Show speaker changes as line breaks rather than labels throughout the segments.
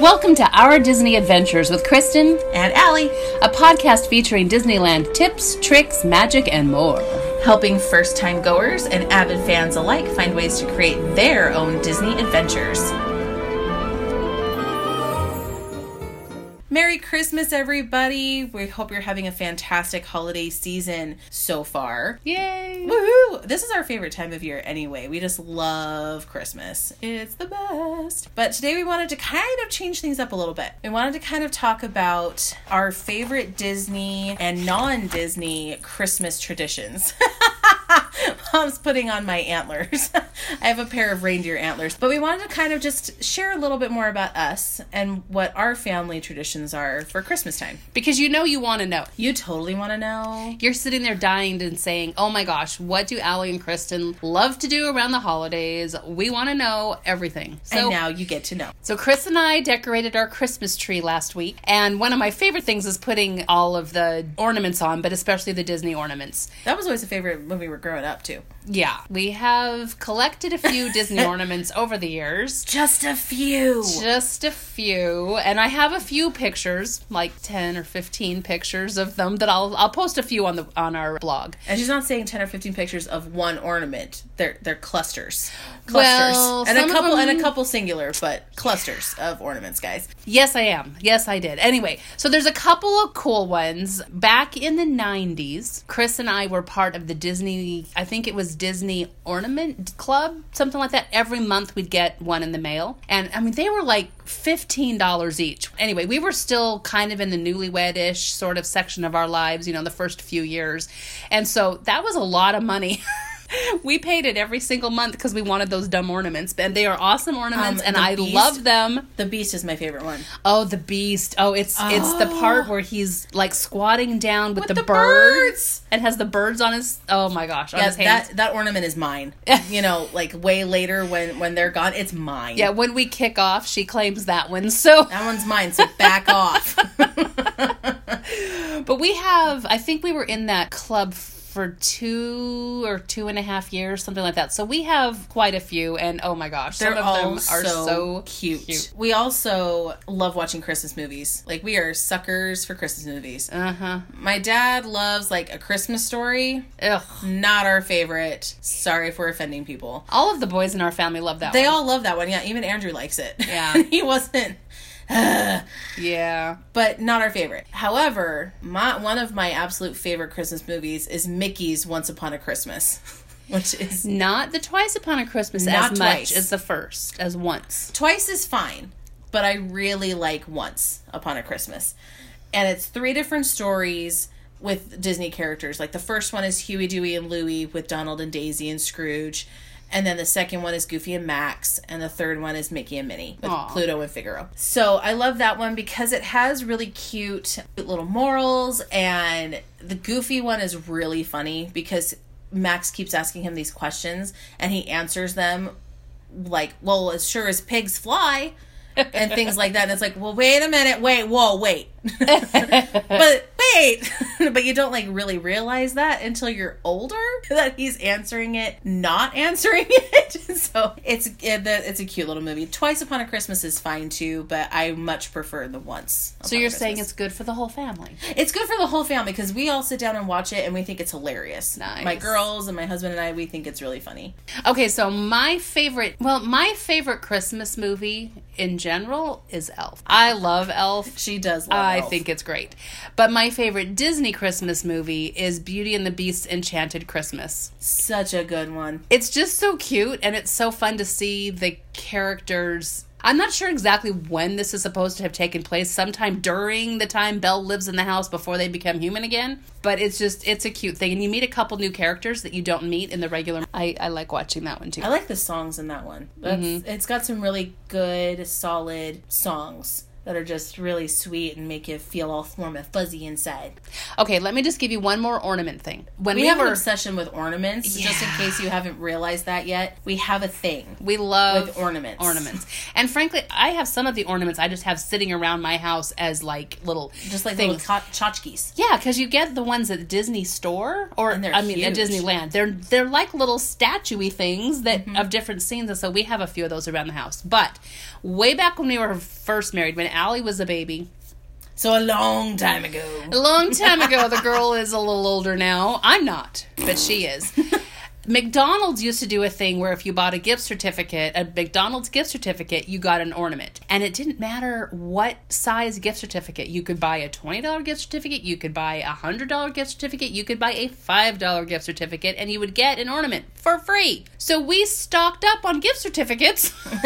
Welcome to Our Disney Adventures with Kristen,
and Allie,
a podcast featuring Disneyland tips, tricks, magic, and more.
helping first time goers and avid fans alike find ways to create their own Disney adventures. Merry Christmas, everybody! We hope you're having a fantastic holiday season so far.
Yay!
Woohoo! This is our favorite time of year anyway. We just love Christmas. It's the best. But today we wanted to kind of change things up a little bit. We wanted to kind of talk about our favorite Disney and non Disney Christmas traditions. Mom's putting on my antlers. I have a pair of reindeer antlers. But we wanted to kind of just share a little bit more about us and what our family traditions are for Christmas time.
Because you know you want to know.
You totally want to know.
You're sitting there dying and saying, oh my gosh, what do Allie and Kristen love to do around the holidays? We want to know everything. So,
and now you get to know.
So Chris and I decorated our Christmas tree last week, and one of my favorite things is putting all of the ornaments on, but especially the Disney ornaments.
That was always a favorite when we were growing up, too.
Yeah, we have collected a few Disney ornaments over the years.
Just a few.
Just a few, and I have a few pictures, like 10 or 15 pictures of them that I'll I'll post a few on the on our blog.
And she's not saying ten or fifteen pictures of one ornament. They're they're clusters, clusters,
Well, some
and a
of
couple
them-
and a couple singular, but clusters of ornaments, guys.
Yes, I am. Yes, I did. Anyway, so there's a couple of cool ones. Back in the 90s, Chris and I were part of the Disney, I think it was Disney Ornament Club, something like that. Every month we'd get one in the mail. And I mean, they were like $15 each. Anyway, we were still kind of in the newlywedish sort of section of our lives, you know, the first few years. And so that was a lot of money. we paid it every single month because we wanted those dumb ornaments, and they are awesome ornaments, and
Um, the
I
beast-
love them.
The beast is my favorite one.
Oh, the beast. Oh, it's it's the part where he's like squatting down with, the,
the
birds.
birds.
and has the birds on his oh my gosh, on
Yeah,
his hands.
that that ornament is mine. you know, like way later when when they're gone, it's mine.
yeah, when we kick off, she claims that one. So,
that one's mine. So back off.
but we have, I think we were in that club for two or two and a half years, something like that. So we have quite a few, and oh my gosh,
They're
some of
all
them are so,
cute.
cute.
We also love watching Christmas movies. Like we are suckers for Christmas movies.
Uh huh.
My dad loves like a Christmas story.
Ugh.
Not our favorite. Sorry if we're offending people.
All of the boys in our family love that.
They
one.
all love that one. Yeah, even Andrew likes it.
Yeah.
he wasn't,
yeah.
but not our favorite. However, my one of my absolute favorite Christmas movies is Mickey's Once Upon a Christmas, which is
Not the twice upon a Christmas
Not
as
twice.
much as the first as once.
twice is fine, but I really like Once Upon a Christmas. And it's three different stories with Disney characters. Like the first one is Huey, Dewey, and Louie with Donald and Daisy and Scrooge. And then the second one is Goofy and Max. And the third one is Mickey and Minnie with
Aw.
Pluto and Figaro. So I love that one because it has really cute little morals. And the Goofy one is really funny because Max keeps asking him these questions and he answers them like, well, as sure as pigs fly, and things like that. And it's like, well, wait a minute, wait, whoa, wait, but wait, but you don't like really realize that until you're older that he's answering it, not answering it. so it's it, the- it's a cute little movie. Twice Upon a Christmas is fine too, but I much prefer the once.
So you're saying it's good for the whole family?
It's good for the whole family because we all sit down and watch it and we think it's hilarious.
Nice.
My girls and my husband and I, we think it's really funny.
Okay, so my favorite, well, my favorite Christmas movie in general is Elf. I love Elf.
She does love
I
Elf.
think it's great. But my favorite Disney Christmas movie is Beauty and the Beast's Enchanted Christmas.
such a good one.
It's just so cute and it's so fun to see the characters. I'm not sure exactly when this is supposed to have taken place, sometime during the time Belle lives in the house before they become human again. But it's just, it's a cute thing. And you meet a couple new characters that you don't meet in the regular. I, I like watching that one too. Mm-hmm.
I like the songs in that one. That's, It's got some really good, solid songs that are just really sweet and make you feel all warm and fuzzy inside.
Okay, let me just give you one more ornament thing. When
We,
we,
have
were,
an obsession with ornaments, just in
Yeah.
case you haven't realized that yet. We have a thing.
we love
with ornaments.
ornaments. And frankly, I have some of the ornaments I just have sitting around my house as like little
Just like
things.
little co- tchotchkes.
Yeah, because you get the ones at the Disney store, or
And they're
I mean, at
huge.
Disneyland. They're they're like little statuey things that
Mm-hmm.
of different scenes, and so we have a few of those around the house. But way back when we were first married, when Allie was a baby,
So a long time ago.
a long time ago, the girl is a little older now. I'm not, but she is. McDonald's used to do a thing where if you bought a gift certificate, a McDonald's gift certificate, you got an ornament. And it didn't matter what size gift certificate. You could buy a $20 gift certificate, you could buy a $100 gift certificate, you could buy a $5 gift certificate, and you would get an ornament for free. So we stocked up on gift certificates.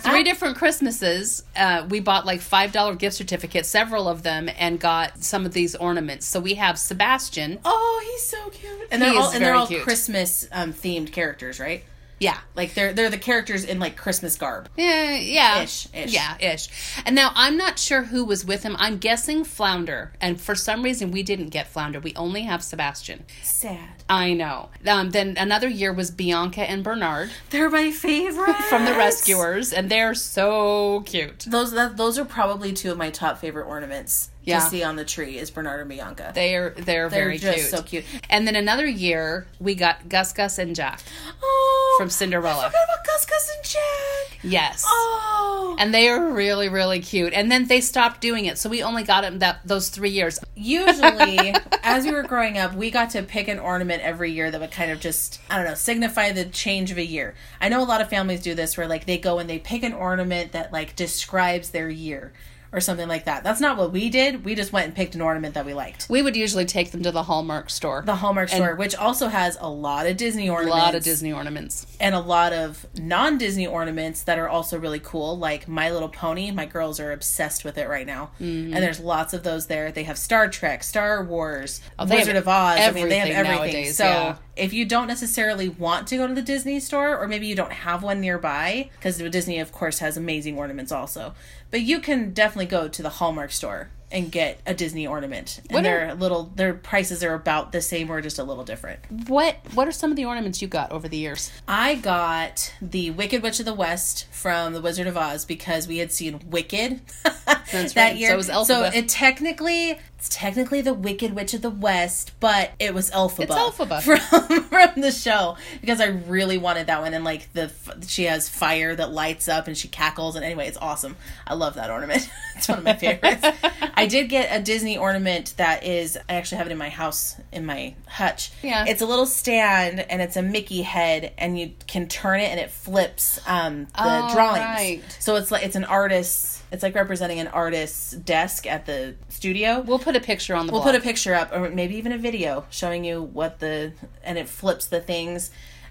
three different Christmases, uh, we bought like five dollar gift certificates, several of them, and got some of these ornaments. So we have Sebastian.
Oh, he's so cute. And they're
He
all
is
and they're
very
all
cute.
Christmas um, themed characters, right?
Yeah,
Like they're they're the characters in like Christmas garb.
yeah, yeah,
Ish, ish.
yeah, ish. And now I'm not sure who was with him. I'm guessing Flounder. And for some reason, we didn't get Flounder. We only have Sebastian.
Sad.
I know. Um, then another year was Bianca and Bernard
They're my favorite
from The Rescuers, and they're so cute.
Those that, those are probably two of my top favorite ornaments
Yeah.
to see on the tree is Bernard and Bianca.
They're they're,
They're
very
just
cute.
so cute.
And then another year, we got Gus Gus and Jack.
Oh,
From Cinderella.
I forgot about Gus Gus and Jack.
Yes.
Oh,
and they are really really cute and then they stopped doing it so we only got them that those three years
usually as we were growing up, we got to pick an ornament every year that would kind of just I don't know signify the change of a year. I know a lot of families do this where like they go and they pick an ornament that like describes their year or something like that. That's not what we did. We just went and picked an ornament that we liked.
we would usually take them to the hallmark store
The Hallmark store, which also has a lot of Disney
a
ornaments.
lot of disney ornaments
and a lot of non Disney ornaments that are also really cool, like My Little Pony. My girls are obsessed with it right now.
Mm-hmm.
And there's lots of those there. They have Star Trek, Star Wars,
Oh, they
Wizard
have
of Oz. I mean, they have
everything
everything.
nowadays,
so
yeah.
if you don't necessarily want to go to the Disney store, or maybe you don't have one nearby, because Disney, of course, has amazing ornaments also, but you can definitely go to the Hallmark store. And get a Disney ornament, and
What
their little their prices are about the same or just a little different.
what what are some of the ornaments you got over the years
I got the Wicked Witch of the West from The Wizard of Oz because we had seen Wicked that
right.
year.
So it was Elphaba.
it technically it's technically the Wicked Witch of the West, but it was Elphaba.
It's Elphaba.
from from the show because I really wanted that one and like the f- she has fire that lights up and she cackles and anyway it's awesome. I love that ornament. it's one of my favorites. I did get a Disney ornament that is I actually have it in my house in my hutch.
Yeah.
It's it's a little stand and it's a Mickey head and you can turn it and it flips um, the
Oh,
drawings.
right.
So it's like it's an artist's it's like representing an artist's desk at the studio.
we'll
We'll,
put a picture on the
put a picture up or maybe even a video showing you what the and it flips the things.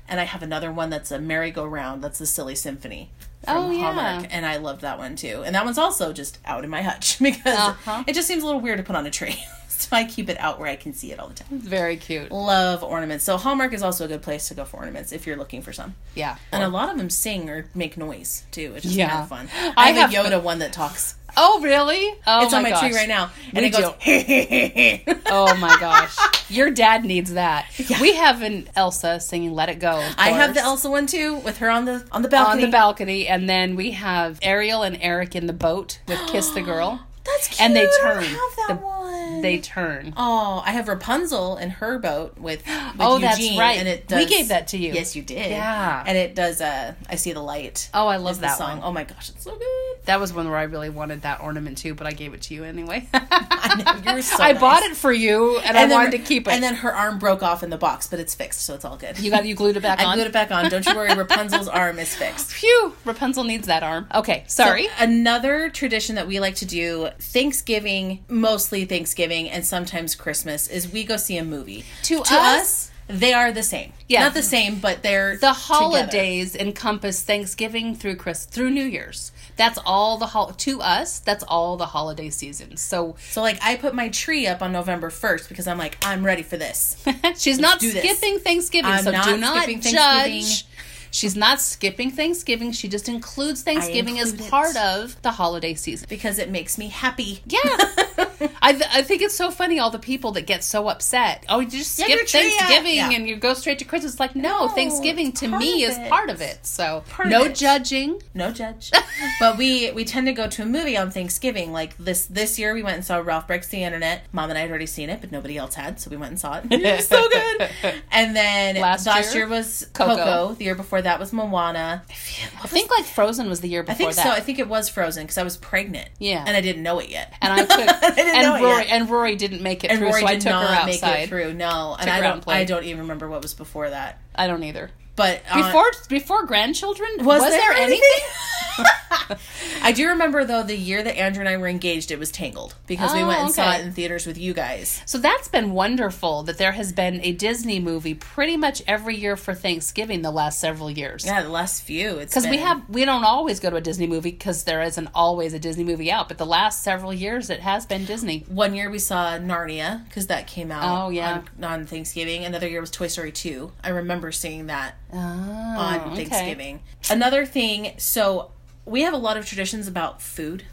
And I have another one that's a merry-go-round. That's the Silly Symphony from
Oh, yeah.
Hallmark, and I love that one too. And that one's also just out in my hutch because
Uh-huh.
it just seems a little weird to put on a tree, so I keep it out where I can see it all the time
very cute
love ornaments. So Hallmark is also a good place to go for ornaments if you're looking for some.
yeah
And a lot of them sing or make noise too, which is
Yeah.
kind of fun.
I
I, have,
have-
a Yoda one that talks.
oh really oh
It's on my tree right now, and
We
it goes.
don't- oh my gosh your dad needs that we have an elsa singing let it go of
I have
course,
the Elsa one too, with her on the on the
on
balcony.
the balcony and then we have ariel and eric in the boat with kiss the girl
That's cute.
And they
I don't
turn.
have that
The-
one.
they turn
Oh, I have Rapunzel in her boat with, with
Oh,
Eugene,
that's right.
and it does,
We gave that to you.
Yes, you did.
Yeah.
and it does. Uh, I see the light.
oh i love
the
that
song.
one
Oh my gosh, it's so good.
That was one where I really wanted that ornament too, but I gave it to you anyway.
know, you were so
I
nice.
bought it for you, and, I
then-
wanted to keep it.
And then her arm broke off in the box, but it's fixed, so it's all good.
you got you glued it back
I
on.
glued it back on. Don't you worry, Rapunzel's arm is fixed.
Phew! Rapunzel needs that arm. Okay, sorry.
Another tradition that we like to do Thanksgiving, mostly Thanksgiving, and sometimes Christmas, is we go see a movie.
To us-
they are the same.
Yeah.
not the same, but they're
the
together.
holidays encompass Thanksgiving through Chris through New Year's. That's all the hol- to us. That's all the holiday season. So
So, like, I put my tree up on November first because I'm like, I'm ready for this.
she's not
do this.
skipping Thanksgiving.
I'm
so
not
do not
skipping Thanksgiving.
judge. She's not skipping Thanksgiving. She just includes Thanksgiving as
include it.
part of the holiday season.
because it makes me happy.
Yeah. I, th- I think it's so funny all the people that get so upset. Oh, you just
Yeah,
skip
your tree, yeah.
Thanksgiving
Yeah.
and you go straight to Christmas. It's like, no,
No,
Thanksgiving
it's
to
part
me
of
is
it.
part of it. So,
part of
no
it.
judging.
No judge. but we we tend to go to a movie on Thanksgiving. Like this this year we went and saw Ralph Breaks the Internet. Mom and I had already seen it, but nobody else had, so we went and saw it. It was so good. And then
Last
last,
year?
year? was
Coco.
Coco. The year before that was Moana. I feel-
I think like Frozen was the year
I
before
think
that.
so. I think it was Frozen because I was pregnant.
Yeah.
And I didn't know it yet.
and I took
didn't know
and
it
Rory
yet.
and Rory didn't make it
And
through,
Rory
so I
did
took her
not
outside.
make it through. No, and
Took
I
her out and
don't.
played.
I don't even remember what was before that.
I don't either.
But uh,
Before before grandchildren, was, there, anything?
I do remember though the year that Andrew and I were engaged, it was Tangled because we
Oh,
went and saw
okay.
it in theaters with you guys.
So that's been wonderful that there has been a Disney movie pretty much every year for Thanksgiving the last several years.
Yeah, the last few. It's
Because we
been-
have, we don't always go to a Disney movie because there isn't always a Disney movie out. But the last several years, it has been Disney.
one year we saw Narnia because that came out.
Oh, yeah.
on, on Thanksgiving. Another year was Toy Story two. I remember seeing that
Oh,
on
okay.
Thanksgiving. Another thing. So we have a lot of traditions about food.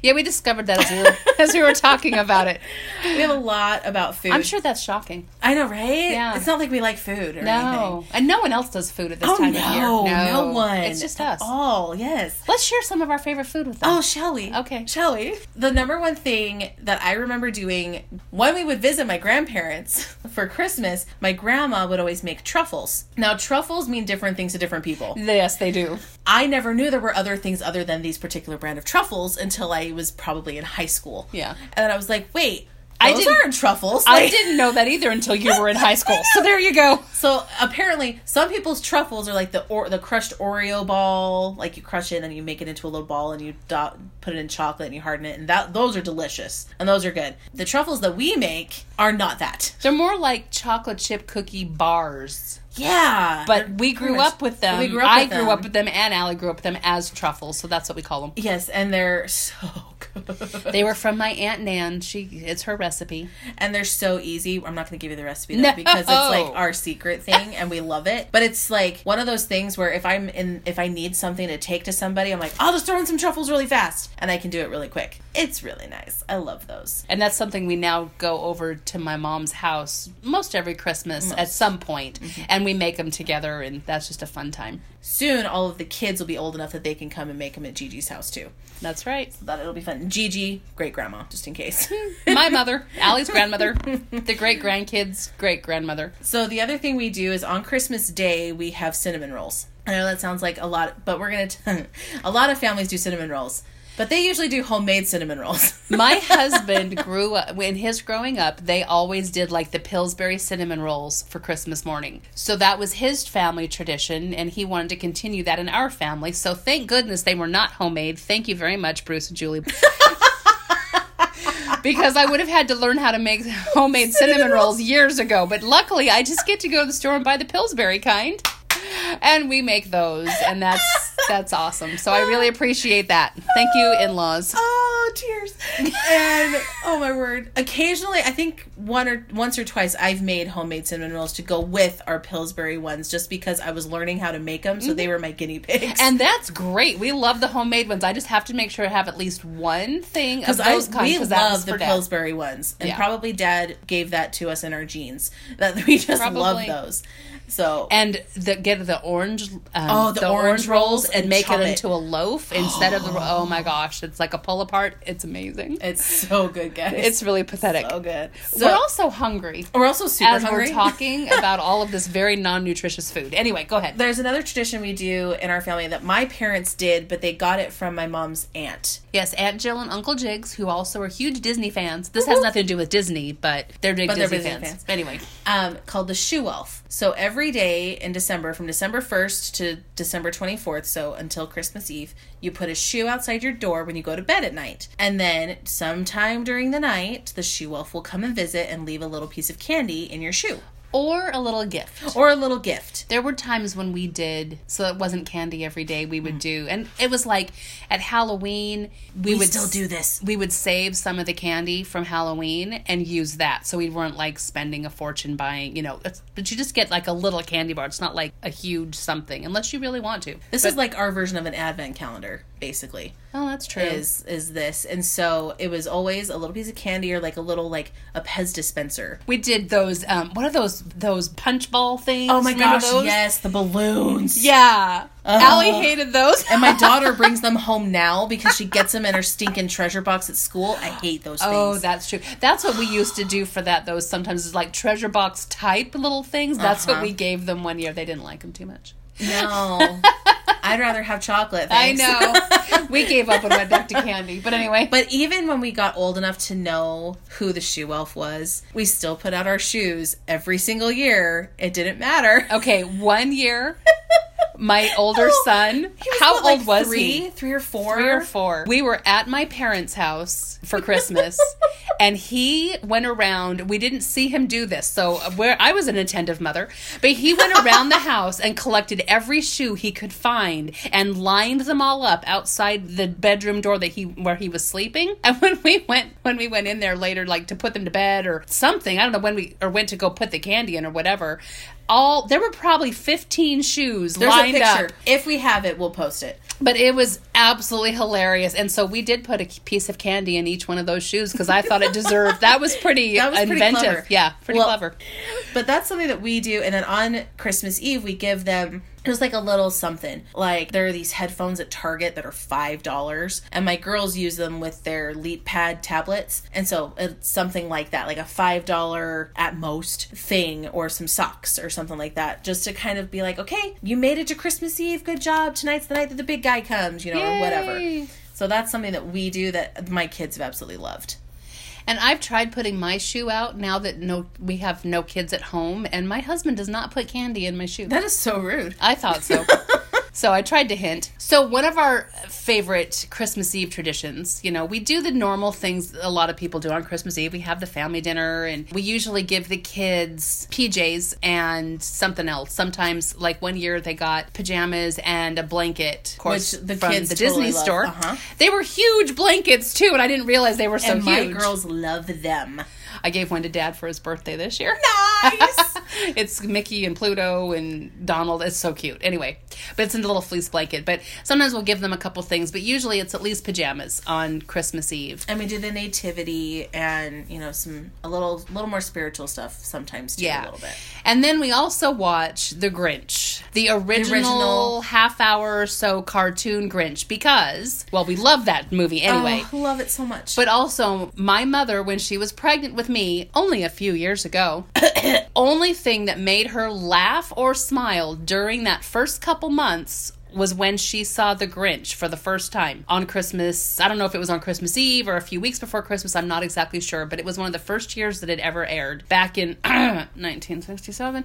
Yeah, we discovered that as we were, as we were talking about it.
We have a lot about food.
I'm sure that's shocking.
I know, right?
Yeah.
It's not like we like food or anything.
No, and no one else does food at this
Oh
time
no,
of year.
no, one.
It's just
at
us.
all yes.
Let's share some of our favorite food with them.
Oh, shall we?
Okay.
Shall we? The number one thing that I remember doing when we would visit my grandparents for Christmas, my grandma would always make truffles. Now, truffles mean different things to different people.
yes, they do.
I never knew there were other things other than these particular brand of truffles until I was probably in high school.
Yeah.
And then I was like, wait,
I
those
didn't-
aren't truffles.
I
Like-
didn't know that either until you were in high school. So there you go.
So apparently, some people's truffles are like the or, the crushed Oreo ball. Like you crush it and then you make it into a little ball and you do- put it in chocolate and you harden it, and that those are delicious and those are good. The truffles that we make are not that.
They're more like chocolate chip cookie bars,
Yeah,
but we grew up with them.
We grew up
I
with
grew
them.
up with them, and Allie grew up with them as truffles. So that's what we call them.
yes, and they're so good
They were from my aunt Nan. She it's her recipe.
and they're so easy. I'm not going to give you the recipe though
No.
because it's like our secret thing and we love it. But it's like one of those things where if I'm in if I need something to take to somebody, I'm like, I'll just throw in some truffles really fast and I can do it really quick. It's really nice. I love those.
And that's something we now go over to my mom's house most every Christmas at some point, and we make them together, and that's just a fun time.
Soon all of the kids will be old enough that they can come and make them at Gigi's house too.
That's right.
That it'll be fun. Gigi, great grandma, just in case.
My mother, Allie's grandmother, the great grandkids, great grandmother.
So the other thing we do is on Christmas Day we have cinnamon rolls. I know that sounds like a lot, but we're gonna. T- a lot of families do cinnamon rolls, but they usually do homemade cinnamon rolls.
My husband grew up, when his growing up, they always did like the Pillsbury cinnamon rolls for Christmas morning. So that was his family tradition, and he wanted to continue that in our family. So thank goodness they were not homemade. Thank you very much, Bruce and Julie. Because I would have had to learn how to make homemade cinnamon rolls years ago, but luckily I just get to go to the store and buy the Pillsbury kind, and we make those, and that's that's awesome. So I really appreciate that. Thank you, in-laws.
Oh, cheers! and oh my word! Occasionally, I think one or once or twice I've made homemade cinnamon rolls to go with our Pillsbury ones, just because I was learning how to make them, so they were my guinea pigs.
And that's great. We love the homemade ones. I just have to make sure I have at least one thing of
Because I
those kinds.
we
'cause that was
love the
for Dad.
Pillsbury ones, and
Yeah.
probably Dad gave that to us in our jeans. That we just love
Probably.
those. So
And the, get the orange, um,
Oh, the orange rolls
and
and
make it
chop it.
into a loaf instead of the. Oh my gosh, it's like a pull apart. It's amazing.
It's so good, guys.
It's really pathetic.
so good.
we're
So
also hungry
we're also super
as
hungry.
we're talking about all of this very non-nutritious food. Anyway, go ahead.
There's another tradition we do in our family that my parents did, but they got it from my mom's aunt.
Yes, Aunt Jill and Uncle Jigs, who also are huge Disney fans. This has nothing to do with Disney, but they're big
But they're
Disney
Disney
fans.
fans.
Anyway,
um, called the Shoe Elf. So every day in December, from December 1st to December 24th, so until Christmas Eve, you put a shoe outside your door when you go to bed at night. And then sometime during the night, the Shoe Elf will come and visit and leave a little piece of candy in your shoe.
or a little gift.
or a little gift.
There were times when we did, so it wasn't candy every day. We would do, and it was like at Halloween we,
Mm. We
would
still
s-
do this.
We would save some of the candy from Halloween and use that, so we weren't like spending a fortune buying. You know, it's- but you just get like a little candy bar. It's not like a huge something, unless you really want to.
This is like our version of an advent calendar, basically.
Oh, that's true.
Is is this? And so it was always a little piece of candy or like a little like a Pez dispenser.
We did those. Um, what are those? Those punch ball things?
Oh my
Remember
gosh!
those?
Yes, Uh-huh. the balloons.
Yeah. Allie hated those.
And my daughter brings them home now because she gets them in her stinking treasure box at school. I hate those things.
Oh, that's true. That's what we used to do for that. Those sometimes is like treasure box type little things. That's
Uh-huh.
what we gave them one year. They didn't like them too much.
No. I'd rather have chocolate. Thanks.
I know. we gave up and went back to candy. But anyway,
But even when we got old enough to know who the shoe elf was, we still put out our shoes every single year. It didn't matter.
okay. One year, my older son.
Oh, He was,
how
what,
old
like
was
three,
he?
Three or four?
Three or four. We were at my parents' house for Christmas, and he went around. We didn't see him do this, so uh, where I was an attentive mother, but he went around the house and collected every shoe he could find and lined them all up outside the bedroom door that he where he was sleeping. And when we went when we went in there later, like to put them to bed or something, I don't know when we or went to go put the candy in or whatever. All there were probably fifteen shoes
There's
lined
a picture.
up.
If we have it, we'll post it.
But it was absolutely hilarious, and so we did put a piece of candy in each one of those shoes because I thought it deserved. That was pretty
That was pretty
inventive,
clever.
yeah, pretty
Well,
clever.
But that's something that we do. And then on Christmas Eve, we give them. It was like a little something. Like there are these headphones at Target that are five dollars, and my girls use them with their Leap Pad tablets, and so it's something like that, like a five dollar at most thing, or some socks or something like that, just to kind of be like, okay, you made it to Christmas Eve, good job. Tonight's the night that the big guy comes, you know, or whatever.
Yay.
So that's something that we do that my kids have absolutely loved.
And I've tried putting my shoe out now that no, we have no kids at home, and my husband does not put candy in my shoe.
That is so rude.
I thought so. so I tried to hint. So one of our favorite Christmas Eve traditions, you know, we do the normal things a lot of people do on Christmas Eve. We have the family dinner and we usually give the kids PJs and something else. Sometimes like one year they got pajamas and a blanket, of course,
Which the
from
kids
the
totally
Disney
love.
store.
Uh-huh.
They were huge blankets too, and I didn't realize they were so
and my
huge.
girls love them.
I gave one to dad for his birthday this year.
Nice.
it's Mickey and Pluto and Donald. It's so cute. Anyway, but it's in a little fleece blanket. But sometimes we'll give them a couple things, but usually it's at least pajamas on Christmas Eve.
and we do the nativity and you know some a little little more spiritual stuff sometimes too a little bit
And then we also watch The Grinch, the original,
original.
half hour or so cartoon Grinch, because, well, we love that movie anyway.
oh, love it so much
But also, my mother, when she was pregnant with me only a few years ago, only thing that made her laugh or smile during that first couple months was when she saw the Grinch for the first time on Christmas. I don't know if it was on Christmas Eve or a few weeks before Christmas, I'm not exactly sure, but it was one of the first years that it ever aired back in 1967.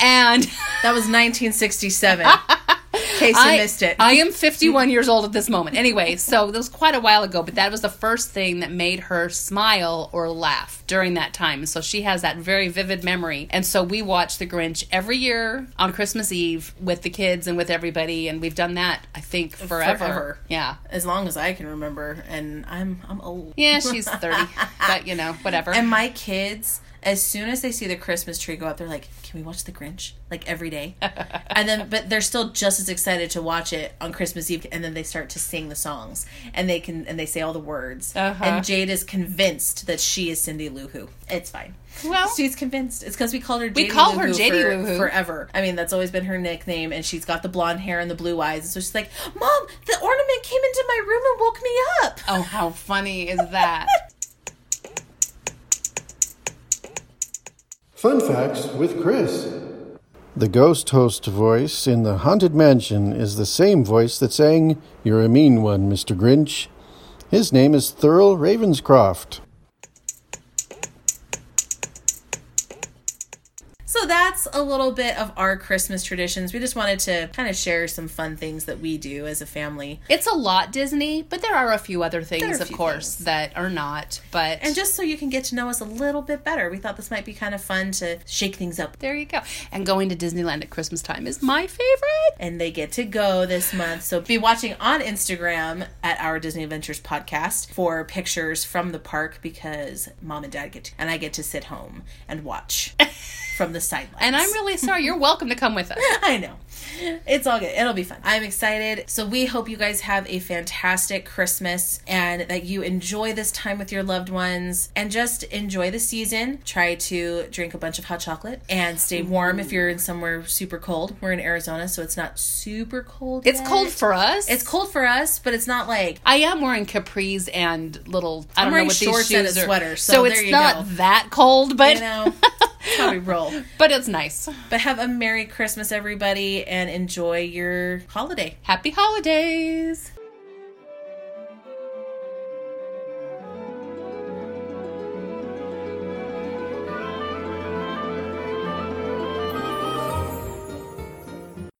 And
that was 1967 in case you
I
missed it
I am 51 years old at this moment. Anyway, so that was quite a while ago, but that was the first thing that made her smile or laugh during that time. And so she has that very vivid memory. And so we watch The Grinch every year on Christmas Eve with the kids and with everybody. And we've done that, I think, forever.
Forever.
Yeah.
as long as i can remember and i'm i'm old
Yeah, she's 30, but you know, whatever.
and my kids as soon as they see the christmas tree go up they're like can we watch the grinch like every day and then but they're still just as excited to watch it on christmas eve and then they start to sing the songs and they can and they say all the words
Uh-huh.
and jade is convinced that she is cindy lou who it's fine
Well-
she's convinced it's because we called her we
call her JD Lou Who.
forever i mean that's always been her nickname and she's got the blonde hair and the blue eyes and so she's like mom the ornament came into my room and woke me up
oh, how funny is that?
Fun Facts with Chris. The ghost host voice in the Haunted Mansion is the same voice that sang, You're a Mean One, Mr. Grinch. His name is Thurl Ravenscroft.
So that's that's a little bit of our Christmas traditions. We just wanted to kind of share some fun things that we do as a family.
It's a lot Disney, but there are a few other things,
a
of
few
course, that are not. But
And just so you can get to know us a little bit better, we thought this might be kind of fun to shake things up.
there you go. And going to Disneyland at Christmas time is my favorite.
And they get to go this month. So be watching on Instagram at our Disney Adventures podcast for pictures from the park because mom and dad get to, and I get to sit home and watch from the sidelines.
And I'm really sorry. You're welcome to come with us.
I know. It's all good. It'll be fun. I'm excited. So, we hope you guys have a fantastic Christmas and that you enjoy this time with your loved ones and just enjoy the season. Try to drink a bunch of hot chocolate and stay warm if you're in somewhere super cold. We're in Arizona, so it's not super cold.
It's
yet.
cold for us.
It's cold for us, but it's not like
I am wearing capris and little. I don't know
wearing
what
shorts
these
and a
shoes are.
sweater, so
it's
there you
not
go.
that cold, but
you know. it's how we roll.
but it's nice.
But have a Merry Christmas, everybody, and enjoy your holiday.
Happy holidays.